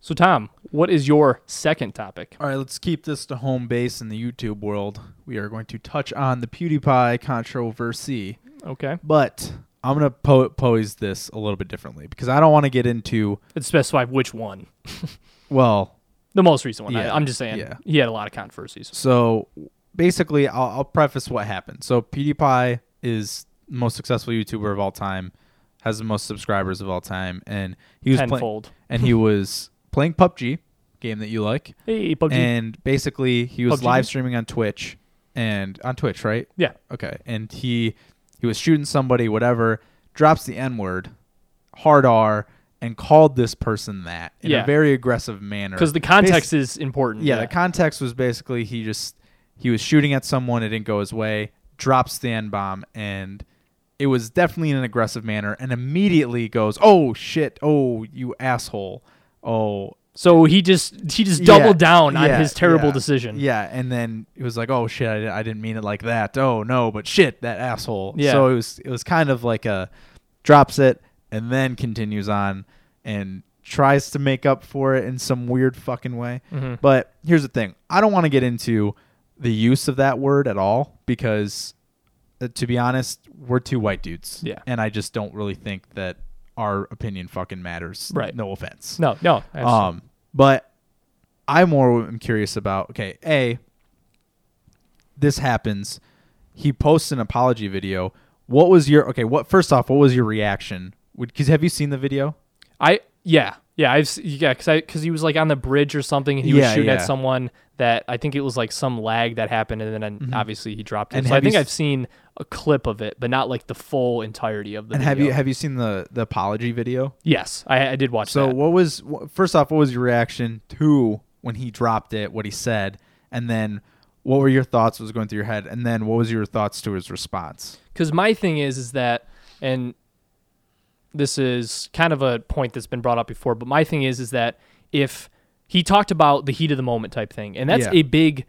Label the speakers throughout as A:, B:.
A: So, Tom, what is your second topic?
B: All right, let's keep this to home base in the YouTube world. We are going to touch on the PewDiePie controversy,
A: Okay.
B: but I'm going to po- pose this a little bit differently because I don't want to get into,
A: Let's specify which one.
B: well,
A: The most recent one.
B: Yeah,
A: I, I'm just saying.
B: yeah.
A: He had a lot of controversies.
B: So basically, I'll, I'll preface what happened. So PewDiePie is the most successful YouTuber of all time, has the most subscribers of all time, and he was playing
A: Tenfold.
B: and he was playing PUBG, game that you like,
A: hey, PUBG.
B: and basically he was
A: PUBG?
B: live streaming on Twitch and on Twitch, right?
A: yeah.
B: Okay, and he he was shooting somebody, whatever. Drops the N word, hard R, and called this person that in
A: Yeah.
B: a very aggressive manner.
A: Because the
B: Basi-
A: context is important.
B: yeah, the context was basically he just he was shooting at someone, it didn't go his way, drops the N bomb, and it was definitely in an aggressive manner, and immediately goes, Oh shit, oh you asshole. Oh
A: so he just he just doubled
B: yeah,
A: down on
B: yeah,
A: his terrible
B: yeah,
A: decision.
B: Yeah, and then it was like, Oh shit, I, di- I didn't mean it like that. Oh no, but shit, that asshole.
A: Yeah.
B: So it was it was kind of like a drops it and then continues on and tries to make up for it in some weird fucking way.
A: Mhm.
B: But here's the thing I don't want to get into the use of that word at all because, uh, to be honest, we're two white dudes.
A: Yeah.
B: And I just don't really think that our opinion fucking matters.
A: Right.
B: No offense.
A: No, no. absolutely.
B: Um, but I more am curious about okay, A, this happens. He posts an apology video. What was your okay? What first off, what was your reaction? Because have you seen the video?
A: I yeah yeah I've s- yeah because I because he was like on the bridge or something and he was
B: Yeah,
A: shooting
B: yeah.
A: at someone that I think it was like some lag that happened and then obviously he dropped it.
B: Mm-hmm. And
A: so I
B: have you
A: think
B: s-
A: I've seen a clip of it, but not like the full entirety of the.
B: And have you
A: video.
B: have you seen the the apology video?
A: yes, I, I did watch
B: So
A: that.
B: what was wh- first off? What was your reaction to when he dropped it? What he said, and then what were your thoughts? What was going through your head, and then what was your thoughts to his response?
A: because my thing is is that and this is kind of a point that's been brought up before but my thing is is that if he talked about the heat of the moment type thing and that's
B: Yeah.
A: a big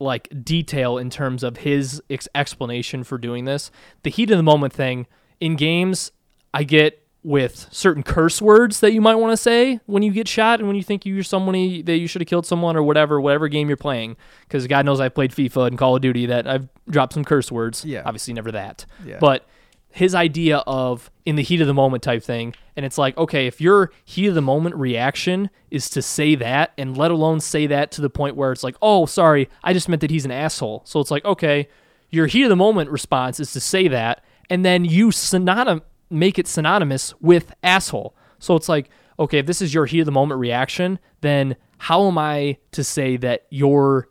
A: like detail in terms of his ex- explanation for doing this the heat of the moment thing in games i get with certain curse words that you might want to say when you get shot and when you think you're somebody that you should have killed someone or whatever whatever game you're playing because god knows i've played fifa and call of duty that i've dropped some curse words
B: Yeah.
A: obviously never that.
B: Yeah.
A: But his idea of in the heat of the moment type thing, and it's like, okay, if your heat of the moment reaction is to say that, and let alone say that to the point where it's like, oh, sorry, I just meant that he's an asshole. So it's like, okay, your heat of the moment response is to say that, and then you synonym make it synonymous with asshole. So it's like, okay, if this is your heat of the moment reaction, then how am I to say that your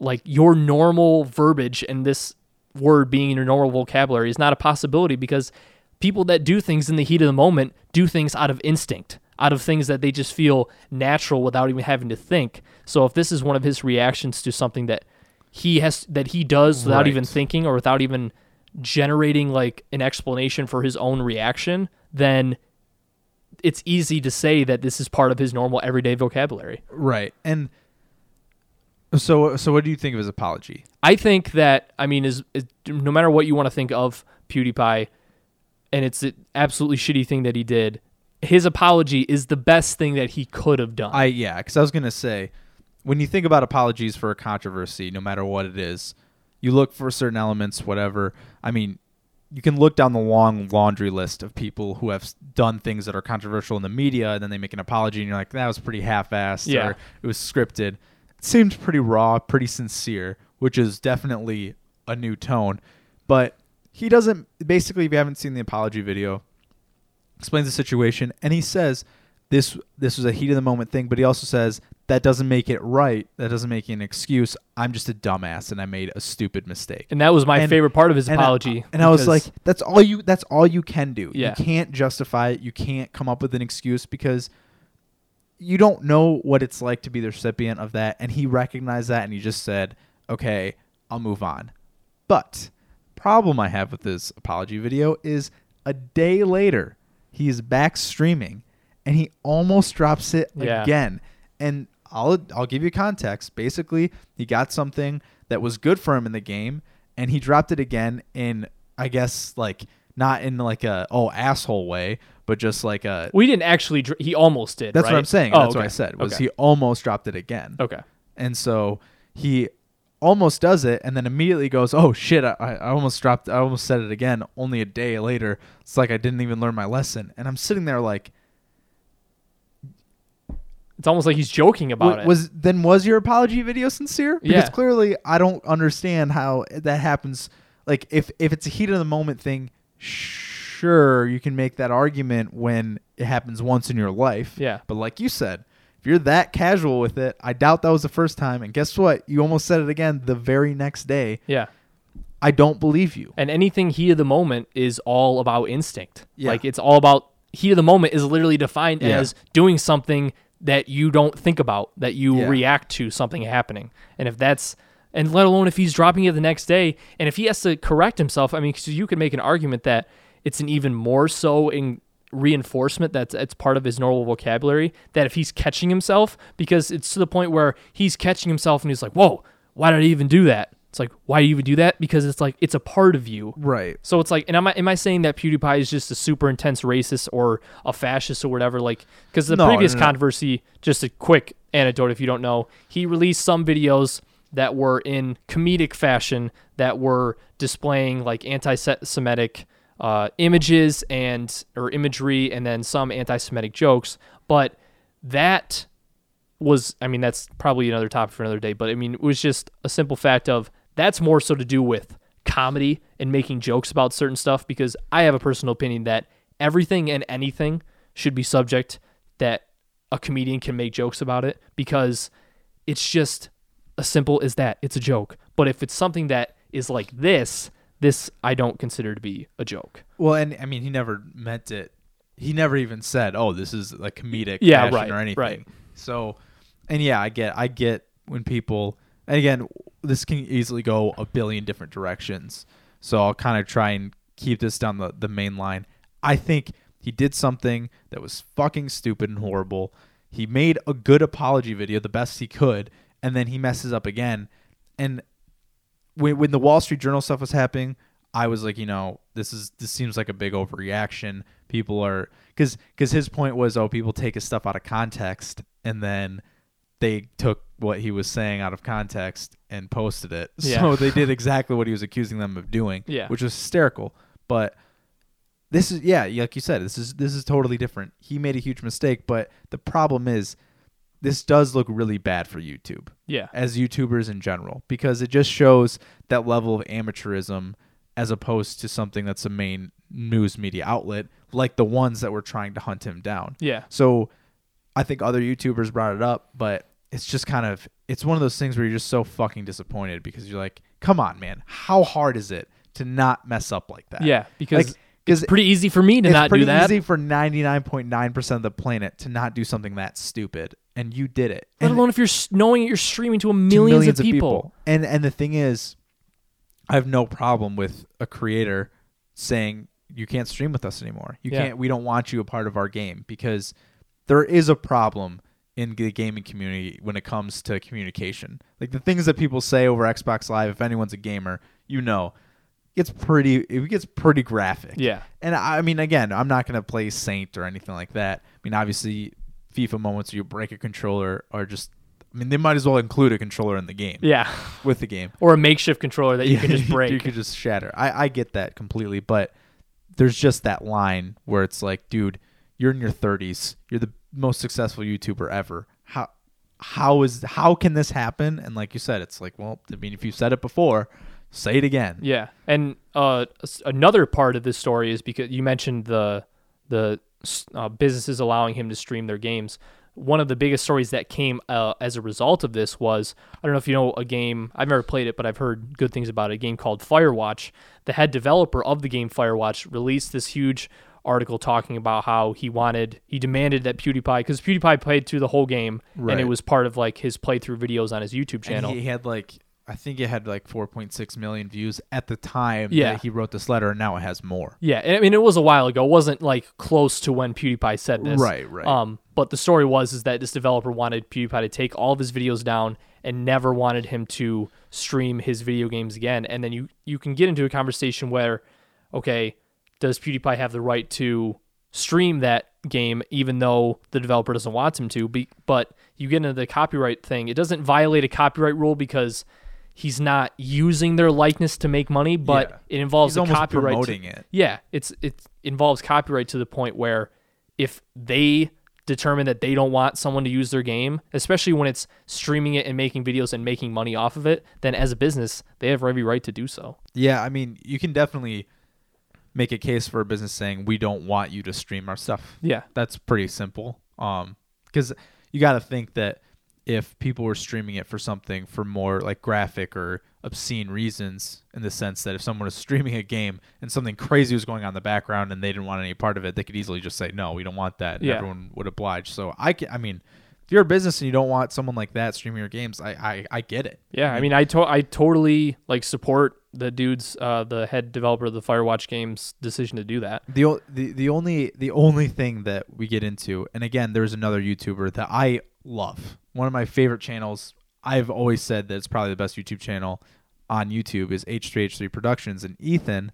A: like your normal verbiage and this word being in your normal vocabulary is not a possibility because people that do things in the heat of the moment do things out of instinct, out of things that they just feel natural without even having to think. So if this is one of his reactions to something that he has that he does without
B: Right.
A: even thinking or without even generating like an explanation for his own reaction, then it's easy to say that this is part of his normal everyday vocabulary.
B: Right, and so so what do you think of his apology?
A: I think that I mean is, is no matter what you want to think of PewDiePie, and it's an absolutely shitty thing that he did. His apology is the best thing that he could have done.
B: I yeah, because I was gonna say, when you think about apologies for a controversy, no matter what it is, you look for certain elements, whatever. I mean, you can look down the long laundry list of people who have s- done things that are controversial in the media, and then they make an apology, and you're like, that was pretty half-assed,
A: Yeah.
B: or it was scripted. It seems pretty raw, pretty sincere, which is definitely a new tone. But he doesn't. Basically, if you haven't seen the apology video, explains the situation and he says this this was a heat of the moment thing but he also says that doesn't make it right that doesn't make it an excuse i'm just a dumbass and i made a stupid mistake
A: and that was my
B: and-
A: favorite part of his
B: and I- uh,
A: apology.
B: and i was
A: because-
B: like that's all you that's all you can do
A: Yeah.
B: you can't justify it you can't come up with an excuse because you don't know what it's like to be the recipient of that and he recognized that and he just said okay i'll move on but problem i have with this apology video is a day later he is back streaming and he almost drops it
A: Yeah.
B: again and i'll i'll give you context basically he got something that was good for him in the game and he dropped it again in i guess like not in like a oh asshole way but just like a.
A: We didn't actually. Dr- he almost did.
B: That's
A: right?
B: what I'm saying.
A: Oh,
B: that's what
A: okay.
B: I said. Was
A: okay.
B: he almost dropped it again?
A: Okay.
B: And so he almost does it and then immediately goes, "Oh shit, I, I I almost dropped I almost said it again only a day later. It's like I didn't even learn my lesson." And I'm sitting there like,
A: It's almost like he's joking about
B: "Wa-
A: it.
B: "Was then was your apology video sincere?" Because
A: Yeah.
B: clearly I don't understand how that happens. Like if if it's a heat of the moment thing, sure, you can make that argument when it happens once in your life.
A: Yeah.
B: But like you said, if you're that casual with it, I doubt that was the first time. And guess what? You almost said it again the very next day.
A: yeah.
B: I don't believe you.
A: And anything heat of the moment is all about instinct.
B: Yeah.
A: Like it's all about heat of the moment is literally defined
B: Yeah.
A: as doing something that you don't think about, that you
B: Yeah.
A: react to something happening. And if that's and let alone if he's dropping it the next day and if he has to correct himself, I mean, 'cause you could make an argument that it's an even more so in reinforcement that's it's part of his normal vocabulary that if he's catching himself because it's to the point where he's catching himself and he's like, "Whoa, why did I even do that?" It's like, "Why do you even do that?" because it's like it's a part of you.
B: Right.
A: So it's like, and am I am I saying that PewDiePie is just a super intense racist or a fascist or whatever? Like, because the
B: No,
A: previous
B: no, no.
A: controversy, just a quick anecdote if you don't know, he released some videos that were in comedic fashion that were displaying like anti-Semitic uh, images and or imagery, and then some anti-Semitic jokes. But that was I mean that's probably another topic for another day, but I mean it was just a simple fact of that's more so to do with comedy and making jokes about certain stuff because I have a personal opinion that everything and anything should be subject that a comedian can make jokes about it because it's just as simple as that. It's a joke. But if it's something that is like this, this I don't consider to be a joke.
B: Well, and I mean, he never meant it. He never even said, "Oh, this is like comedic
A: Yeah,
B: fashion
A: right,
B: or anything."
A: right.
B: So, and yeah, I get, I get when people, and again, this can easily go a billion different directions. So I'll kind of try and keep this down the the main line. I think he did something that was fucking stupid and horrible. He made a good apology video, the best he could, and then he messes up again. And when, when the Wall Street Journal stuff was happening, I was like, you know, this is this seems like a big overreaction. People are because because his point was, oh, people take his stuff out of context, and then they took what he was saying out of context and posted it.
A: Yeah.
B: So they did exactly what he was accusing them of doing,
A: Yeah.
B: which was hysterical. But this is yeah, like you said, this is this is totally different. He made a huge mistake, but the problem is, this does look really bad for YouTube
A: Yeah.
B: as YouTubers in general because it just shows that level of amateurism as opposed to something that's a main news media outlet like the ones that were trying to hunt him down.
A: Yeah.
B: So I think other YouTubers brought it up, but it's just kind of it's one of those things where you're just so fucking disappointed because you're like, come on, man, how hard is it to not mess up like that?
A: Yeah. Because
B: Like,
A: it's pretty easy for me to
B: it's
A: not
B: pretty
A: do that.
B: easy for 99.9% of the planet to not do something that stupid and you did it.
A: Let
B: And-
A: alone if you're s- knowing you're streaming to a
B: to
A: millions, of, people.
B: And and the thing is, I have no problem with a creator saying you can't stream with us anymore. You
A: Yeah.
B: can't. We don't want you a part of our game because there is a problem in the gaming community when it comes to communication. Like the things that people say over Xbox Live. If anyone's a gamer, you know, it's pretty. It gets pretty graphic.
A: Yeah.
B: And I I mean, again, I'm not gonna play Saint or anything like that. I mean, obviously, FIFA moments where you break a controller are just. I mean, they might as well include a controller in the game.
A: Yeah.
B: With the game,
A: Or a makeshift controller that you can just
B: you
A: break.
B: could just shatter. I I get that completely, but there's just that line where it's like, dude, you're in your 30s. You're the most successful YouTuber ever. How how is how can this happen? And like you said, it's like, well, I mean, if you said it before, say it again.
A: yeah. And uh, s- another part of this story is because you mentioned the the s- uh, businesses allowing him to stream their games. One of the biggest stories that came uh, as a result of this was I don't know if you know a game I've never played it, but I've heard good things about it. A game called Firewatch. The head developer of the game Firewatch released this huge article talking about how he wanted he demanded that PewDiePie because PewDiePie played through the whole game and it
B: Right.
A: was part of like his playthrough videos on his YouTube
B: And
A: channel.
B: he had like I think it had like 4.6 million views at the time
A: Yeah.
B: that he wrote this letter, and now it has more.
A: Yeah, and I mean it was a while ago. It wasn't like close to when PewDiePie said this.
B: Right, right.
A: Um, but the story was is that this developer wanted PewDiePie to take all of his videos down and never wanted him to stream his video games again. And then you you can get into a conversation where, okay, does PewDiePie have the right to stream that game even though the developer doesn't want him to be, but you get into the copyright thing it doesn't violate a copyright rule because he's not using their likeness to make money but it involves
B: He's
A: the
B: almost
A: copyright to-
B: promoting it.
A: yeah it's it involves copyright to the point where if they determine that they don't want someone to use their game especially when it's streaming it and making videos and making money off of it then as a business they have every right to do so
B: Yeah, I mean, you can definitely make a case for a business saying we don't want you to stream our stuff.
A: yeah
B: That's pretty simple. Um cuz you got to think that if people were streaming it for something for more like graphic or obscene reasons in the sense that if someone was streaming a game and something crazy was going on in the background and they didn't want any part of it, they could easily just say no, we don't want that and
A: Yeah.
B: everyone would oblige. So I ca- I mean, if you're a business and you don't want someone like that streaming your games, I I, I get it.
A: Yeah, I mean, I to- I totally like support the dude's uh, the head developer of the Firewatch games decision to do that.
B: the, o- the the only the only thing that we get into and again there's another youtuber that i love one of my favorite channels i've always said that it's probably the best youtube channel on youtube is h3h3 productions and ethan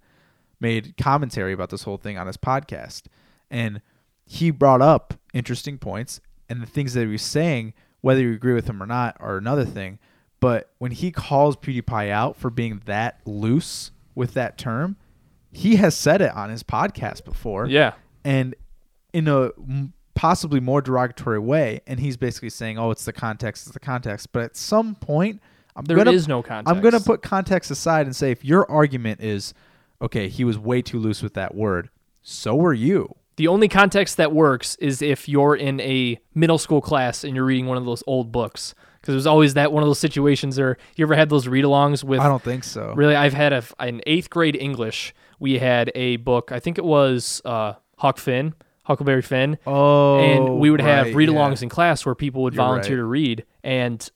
B: made commentary about this whole thing on his podcast and he brought up interesting points and the things that he was saying whether you agree with him or not are another thing but when he calls pewdiepie out for being that loose with that term he has said it on his podcast before.
A: Yeah,
B: And in a m- possibly more derogatory way. And he's basically saying, oh, it's the context, it's the context. But at some point, I'm
A: There
B: gonna,
A: is no context.
B: I'm going to put context aside and say, if your argument is, okay, he was way too loose with that word, so were you.
A: the only context that works is if you're in a middle school class and you're reading one of those old books because there's always that one of those situations where you ever had those read-alongs with.
B: I don't think so.
A: Really, I've had a, f- an eighth grade English. We had a book. I think it was uh, Huck Finn, Huckleberry Finn.
B: Oh,
A: and we would have
B: right,
A: read-alongs in class where people would
B: You're
A: volunteer
B: right.
A: to read and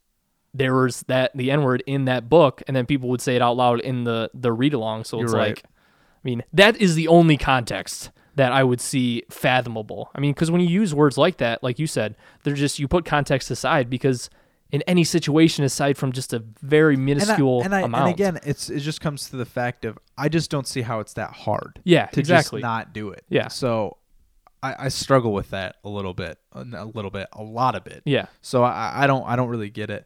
A: there was that the n-word in that book and then people would say it out loud in the the read-along so it's
B: You're right.
A: like i mean that is the only context that i would see fathomable i mean because when you use words like that like you said they're just you put context aside because in any situation aside from just a very
B: And I-
A: minuscule
B: and, I, and
A: amount
B: again, it's it just comes to the fact of I just don't see how it's that hard.
A: Yeah,
B: to
A: exactly.
B: just not do it.
A: Yeah.
B: So I, I struggle with that a little bit, a n- a little bit, a lot of it.
A: yeah
B: So I, I don't I don't really get it.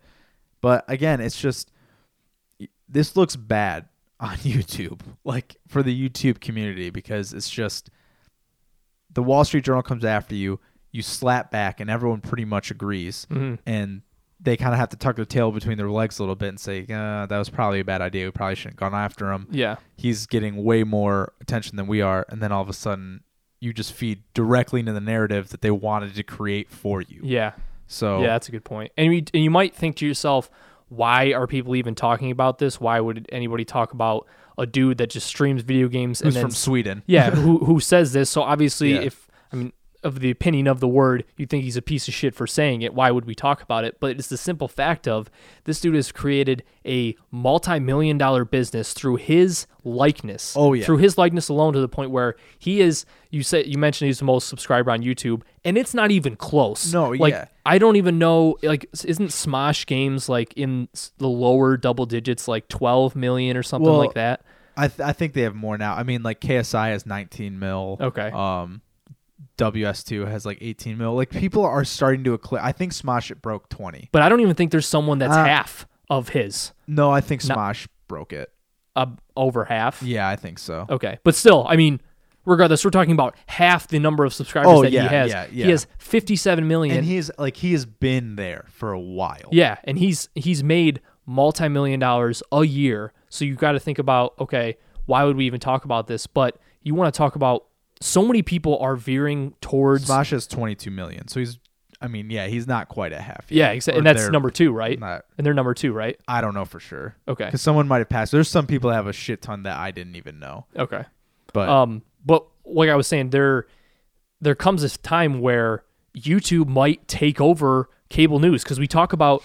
B: But again, it's just this looks bad on YouTube, like for the YouTube community, because it's just the Wall Street Journal comes after you, you slap back, and everyone pretty much agrees,
A: Mm-hmm.
B: and they kind of have to tuck their tail between their legs a little bit and say, uh, "That was probably a bad idea. We probably shouldn't have gone after him."
A: yeah
B: he's getting way more attention than we are and then all of a sudden you just feed directly into the narrative that they wanted to create for you
A: yeah
B: so
A: Yeah, that's a good point. And you, and you might think to yourself, why are people even talking about this? Why would anybody talk about a dude that just streams video games and
B: who's
A: then
B: from sweden
A: yeah, who who says this? So obviously,
B: Yeah.
A: if I mean of the opinion of the word, you think he's a piece of shit for saying it. Why would we talk about it? But it's the simple fact of this dude has created a multi-million dollar business through his likeness.
B: Oh, yeah.
A: through his likeness alone to the point where he is. You said you mentioned he's the most subscriber on YouTube, and it's not even close.
B: No,
A: like,
B: yeah.
A: I don't even know. Like, isn't Smosh Games like in s- the lower double digits, like twelve million or something
B: Well,
A: like that?
B: I, th- I think they have more now i mean like ksi has 19 mil
A: Okay.
B: um ws2 has like 18 mil like people are starting to eclipse i think smosh it broke 20
A: but I don't even think there's someone that's
B: Uh,
A: half of his,
B: no i think smosh broke it
A: uh, over half.
B: yeah i think so
A: Okay, but still, I mean, regardless, we're talking about half the number of subscribers
B: Oh,
A: that
B: yeah,
A: he has.
B: yeah, yeah.
A: He has 57 million.
B: and he's like he has been there for a while
A: yeah, and he's he's made multi-million dollars a year. So you've got to think about okay, why would we even talk about this? But you want to talk about so many people are veering towards
B: smosh has 22 million so he's i mean yeah he's not quite at half yet.
A: yeah, exactly,
B: Or
A: and that's
B: they're-
A: number two, right?
B: not-
A: and they're number two, right?
B: I don't know for sure.
A: Okay,
B: Because someone might have passed. There's some people that have a shit ton that I didn't even know.
A: okay.
B: But
A: Um, but like I was saying, there there comes this time where YouTube might take over cable news because we talk about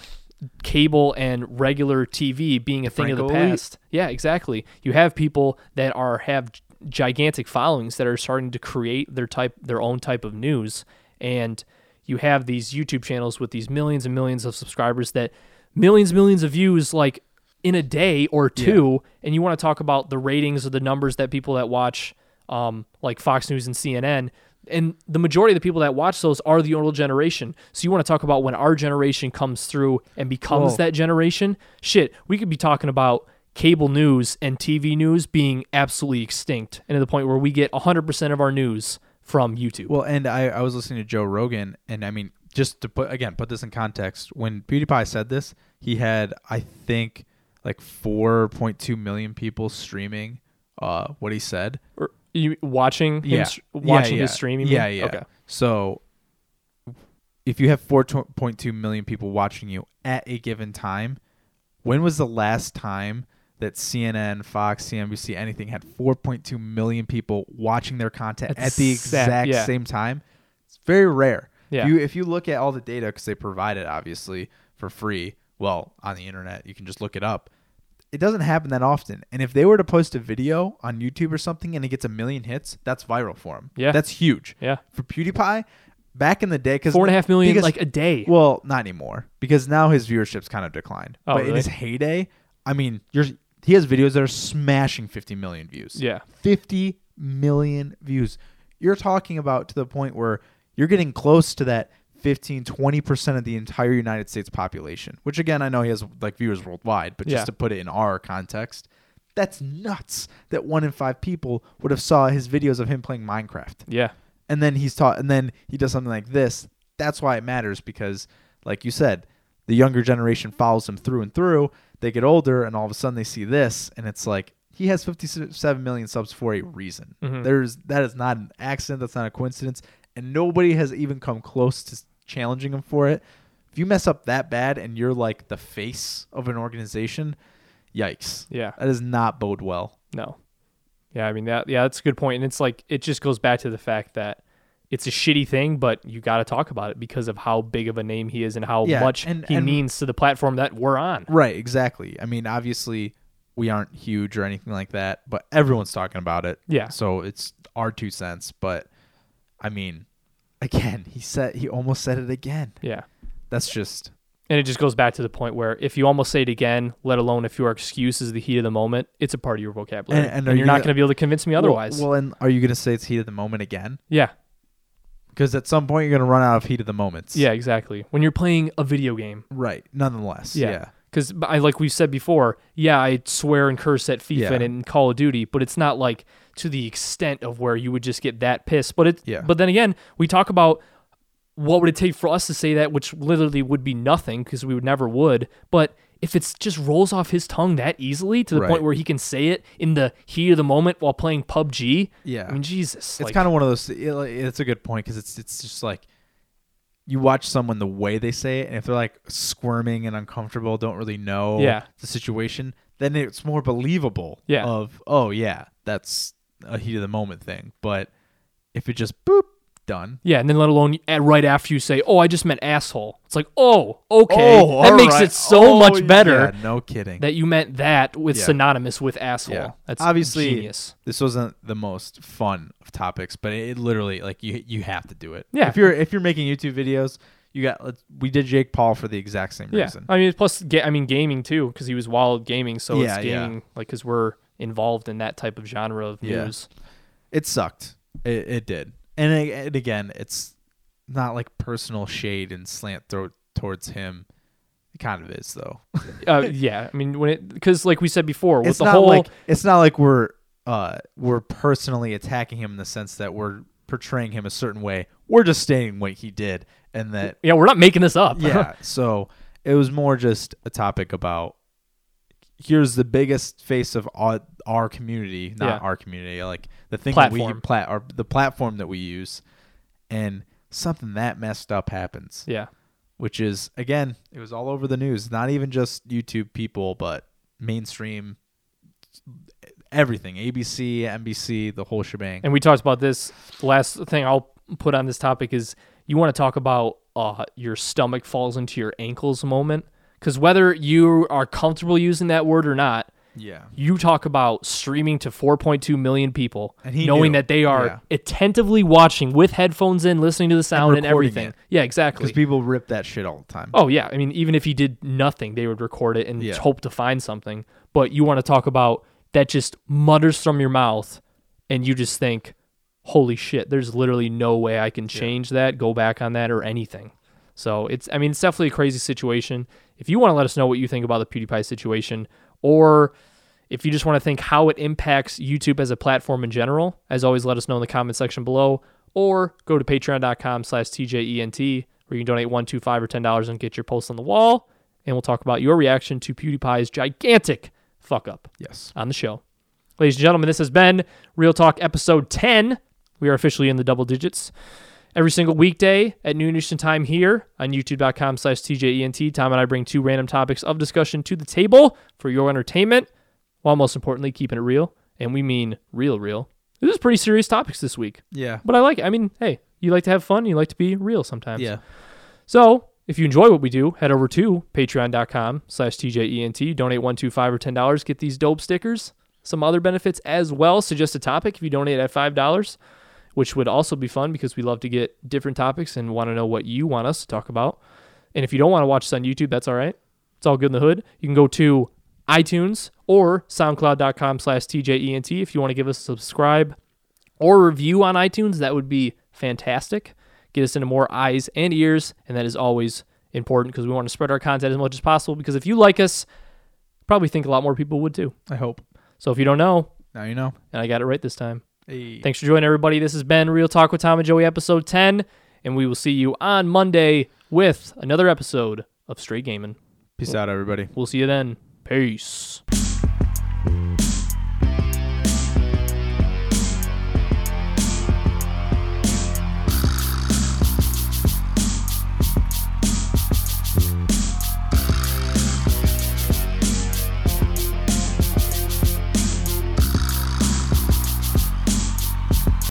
A: cable and regular TV being a thing of the
B: Franco elite.
A: past. Yeah, exactly. You have people that are have g- gigantic followings that are starting to create their type their own type of news and you have these YouTube channels with these millions and millions of subscribers that millions and millions of views like in a day or two and you want to talk about the ratings or the numbers that people that watch um, like Fox News and CNN and the majority of the people that watch those are the older generation. So you want to talk about when our generation comes through and becomes
B: Whoa.
A: that generation? Shit, we could be talking about cable news and TV news being absolutely extinct and to the point where we get 100% of our news from YouTube.
B: Well, and I, I was listening to Joe Rogan, and I mean, just to put again, put this in context, when PewDiePie said this, he had I think like 4.2 million people streaming uh, what he said.
A: Or you watching him str- watching his streaming?
B: Yeah, yeah.
A: Okay.
B: So if you have 4.2 million people watching you at a given time, when was the last time that CNN, Fox, CNBC, anything had 4.2 million people watching their content
A: That's
B: at the
A: sad,
B: exact
A: yeah.
B: same time? It's very rare.
A: Yeah.
B: If you if you look at all the data because they provide it obviously for free, well, on the internet, you can just look it up. It doesn't happen that often. And if they were to post a video on YouTube or something and it gets a million hits, that's viral for them.
A: Yeah.
B: That's huge.
A: Yeah.
B: For PewDiePie, back in the day, because
A: Four and a half million
B: because-
A: like a day.
B: well, not anymore because now his viewership's kind of declined.
A: Oh,
B: but in
A: really?
B: his heyday, I mean, you're, he has videos that are smashing 50 million views.
A: yeah.
B: 50 million views. You're talking about to the point where you're getting close to that 15, 20% of the entire United States population, which again, I know he has like viewers worldwide, but
A: Yeah.
B: just to put it in our context, that's nuts that one in five people would have saw his videos of him playing Minecraft
A: Yeah.
B: and then he's taught and then he does something like this that's why it matters because like you said the younger generation follows him through and through they get older and all of a sudden they see this and it's like he has 57 million subs for a reason there's that is not an accident that's not a coincidence and nobody has even come close to challenging him for it if you mess up that bad and you're like the face of an organization yikes
A: Yeah.
B: that does not bode well
A: No. Yeah, I mean that yeah, that's a good point. And it's like it just goes back to the fact that it's a shitty thing, but you gotta talk about it because of how big of a name he is and how
B: Yeah,
A: much
B: and-
A: he
B: and-
A: means to the platform that we're on.
B: Right, exactly. I mean, obviously, we aren't huge or anything like that, but everyone's talking about it.
A: Yeah.
B: So it's our two cents, but I mean, again, he said he almost said it again.
A: Yeah.
B: That's just
A: And it just goes back to the point where if you almost say it again, let alone if your excuse is the heat of the moment, it's a part of your vocabulary.
B: And-
A: And,
B: and are
A: you're
B: you
A: not
B: gonna-
A: gonna be able to convince me otherwise.
B: Well, well, and are you going to say it's heat of the moment again?
A: yeah.
B: Because at some point you're going to run out of heat of the moments.
A: Yeah, exactly. When you're playing a video game.
B: Right. Nonetheless. Yeah.
A: Yeah. Because I like we said before, yeah, I swear and curse at FIFA
B: Yeah.
A: and in Call of Duty, but it's not like to the extent of where you would just get that pissed. But it,
B: Yeah.
A: but then again, we talk about what would it take for us to say that, which literally would be nothing because we would never would. But if it's just rolls off his tongue that easily to the
B: Right.
A: point where he can say it in the heat of the moment while playing PUBG,
B: Yeah.
A: I mean Jesus,
B: It's kind of one of those. it- It's a good point because it's it's just like you watch someone the way they say it, and if they're like squirming and uncomfortable, don't really know
A: Yeah.
B: the situation, then it's more believable.
A: Yeah.
B: Of oh yeah, that's a heat of the moment thing. But if it just boop done,
A: yeah, and then let alone at, right after you say, "Oh, I just meant asshole," it's like, "Oh, okay,
B: Oh,
A: that
B: all
A: makes
B: right.
A: it so
B: Oh,
A: much better."
B: Yeah, no kidding.
A: that you meant that with
B: Yeah.
A: synonymous with asshole.
B: yeah,
A: That's
B: obviously
A: genius.
B: this wasn't the most fun of topics, but it, it literally like you you have to do it.
A: Yeah.
B: If you're if you're making YouTube videos, you got let's- we did Jake Paul for the exact same
A: Yeah,
B: reason.
A: I mean, plus, ga- I mean, gaming too, because he was wild gaming, so
B: Yeah,
A: it's
B: yeah.
A: gaming, like, because we're involved in that type of genre of
B: Yeah.
A: news.
B: it sucked. It, it did. And, a- and again, it's not like personal shade and slant throw towards him. It kind of is though.
A: Uh, yeah, I mean, when it because, like we said before, with
B: it's
A: the
B: not
A: whole
B: like it's not like we're uh we're personally attacking him in the sense that we're portraying him a certain way. We're just stating what he did and that
A: yeah, we're not making this up.
B: yeah. So it was more just a topic about here's the biggest face of our, our community, not
A: Yeah.
B: our community, like the thing that we
A: Platform.
B: plat or the platform that we use, and something that messed up happens,
A: yeah,
B: which is again, it was all over the news, not even just YouTube people, but mainstream everything, ABC, NBC, the whole shebang.
A: and we talked about this. Last thing I'll put on this topic is you want to talk about uh, your stomach falls into your ankles moment, because whether you are comfortable using that word or not,
B: yeah.
A: you talk about streaming to 4.2 million people
B: And he
A: knowing
B: knew.
A: that they are
B: Yeah.
A: attentively watching with headphones in listening to the sound and,
B: recording
A: everything
B: it.
A: yeah
B: Because
A: exactly
B: people rip that shit all the time.
A: oh yeah i mean even if he did nothing they would record it and
B: Yeah.
A: hope to find something but you want to talk about that just mutters from your mouth and you just think holy shit, there's literally no way I can change that, go back on that, or anything. So it's, I mean, it's definitely a crazy situation. If you want to let us know what you think about the PewDiePie situation, or if you just want to think how it impacts YouTube as a platform in general, as always, let us know in the comment section below, or go to patreon.com slash TJENT, where you can donate one, two, five, or ten dollars and get your post on the wall. And we'll talk about your reaction to PewDiePie's gigantic fuck up
B: Yes.
A: on the show. Ladies and gentlemen, this has been Real Talk episode 10. We are officially in the double digits. Every single weekday at noon Eastern time here on youtube.com slash TJENT, Tom and I bring two random topics of discussion to the table for your entertainment, while most importantly, keeping it real. And we mean real, real. This is pretty serious topics this week,
B: Yeah.
A: but I like it. I mean, hey, you like to have fun, you like to be real sometimes.
B: Yeah.
A: So if you enjoy what we do, head over to patreon.com slash TJENT, donate one, two, five, or ten dollars, get these dope stickers, some other benefits as well. Suggest a topic if you donate at five dollars, which would also be fun because we love to get different topics and want to know what you want us to talk about. And if you don't want to watch us on YouTube, that's all right. It's all good in the hood. You can go to iTunes or soundcloud.com slash TJENT if you want to give us a subscribe or review on iTunes. That would be fantastic. Get us into more eyes and ears, and that is always important because we want to spread our content as much as possible. Because if you like us, probably think a lot more people would too.
B: I hope.
A: So if you don't know,
B: Now you know.
A: and I got it right this time.
B: Hey.
A: Thanks for joining everybody. This has been Real Talk with Tom and Joey, episode ten, and we will see you on Monday with another episode of Straight Gaming.
B: Peace out, everybody.
A: We'll see you then. Peace.